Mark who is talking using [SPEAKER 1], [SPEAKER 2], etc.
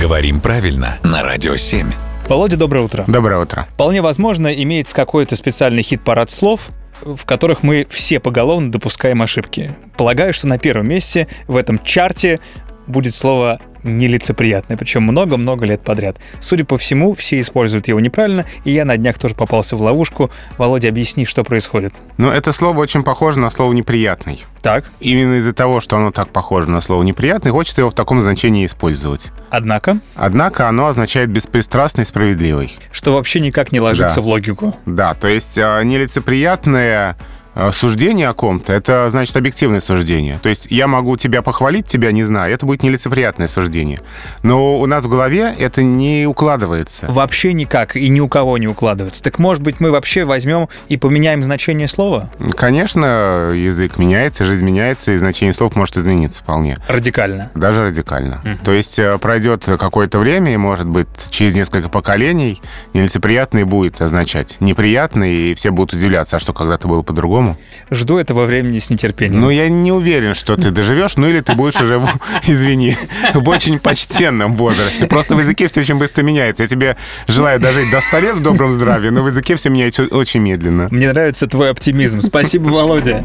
[SPEAKER 1] Говорим правильно на Радио 7.
[SPEAKER 2] Володя, доброе утро.
[SPEAKER 3] Доброе утро.
[SPEAKER 2] Вполне возможно, имеется какой-то специальный хит-парад слов, в которых мы все поголовно допускаем ошибки. Полагаю, что на первом месте в этом чарте будет слово нелицеприятное, причем много-много лет подряд. Судя по всему, все используют его неправильно, и я на днях тоже попался в ловушку. Володя, объясни, что происходит.
[SPEAKER 3] Ну, это слово очень похоже на слово «неприятный».
[SPEAKER 2] Так,
[SPEAKER 3] Именно из-за того, что оно так похоже на слово «неприятный», хочется его в таком значении использовать.
[SPEAKER 2] однако,
[SPEAKER 3] Однако оно означает «беспристрастный, справедливый».
[SPEAKER 2] что вообще никак не ложится
[SPEAKER 3] Да.
[SPEAKER 2] в логику.
[SPEAKER 3] Да, то есть э, нелицеприятное э, суждение о ком-то, это значит объективное суждение. То есть я могу тебя похвалить, тебя не знаю, это будет нелицеприятное суждение. Но у нас в голове это не укладывается.
[SPEAKER 2] Вообще никак и ни у кого не укладывается. Так может быть мы вообще возьмем и поменяем значение слова?
[SPEAKER 3] Конечно, язык меняется, жизнь меняется, и значение слов может измениться вполне.
[SPEAKER 2] Радикально.
[SPEAKER 3] Даже радикально. То есть э, пройдет какое-то время, и, может быть, через несколько поколений нелицеприятный будет означать неприятный, и все будут удивляться, а что когда-то было по-другому?
[SPEAKER 2] Жду этого времени с нетерпением.
[SPEAKER 3] Ну, я не уверен, что ты доживешь, ну или ты будешь уже, в- извини, в очень почтенном возрасте. Просто в языке все очень быстро меняется. Я тебе желаю дожить до 100 лет в добром здравии, но в языке все меняется очень медленно.
[SPEAKER 2] Мне нравится твой оптимизм. Спасибо, Володя.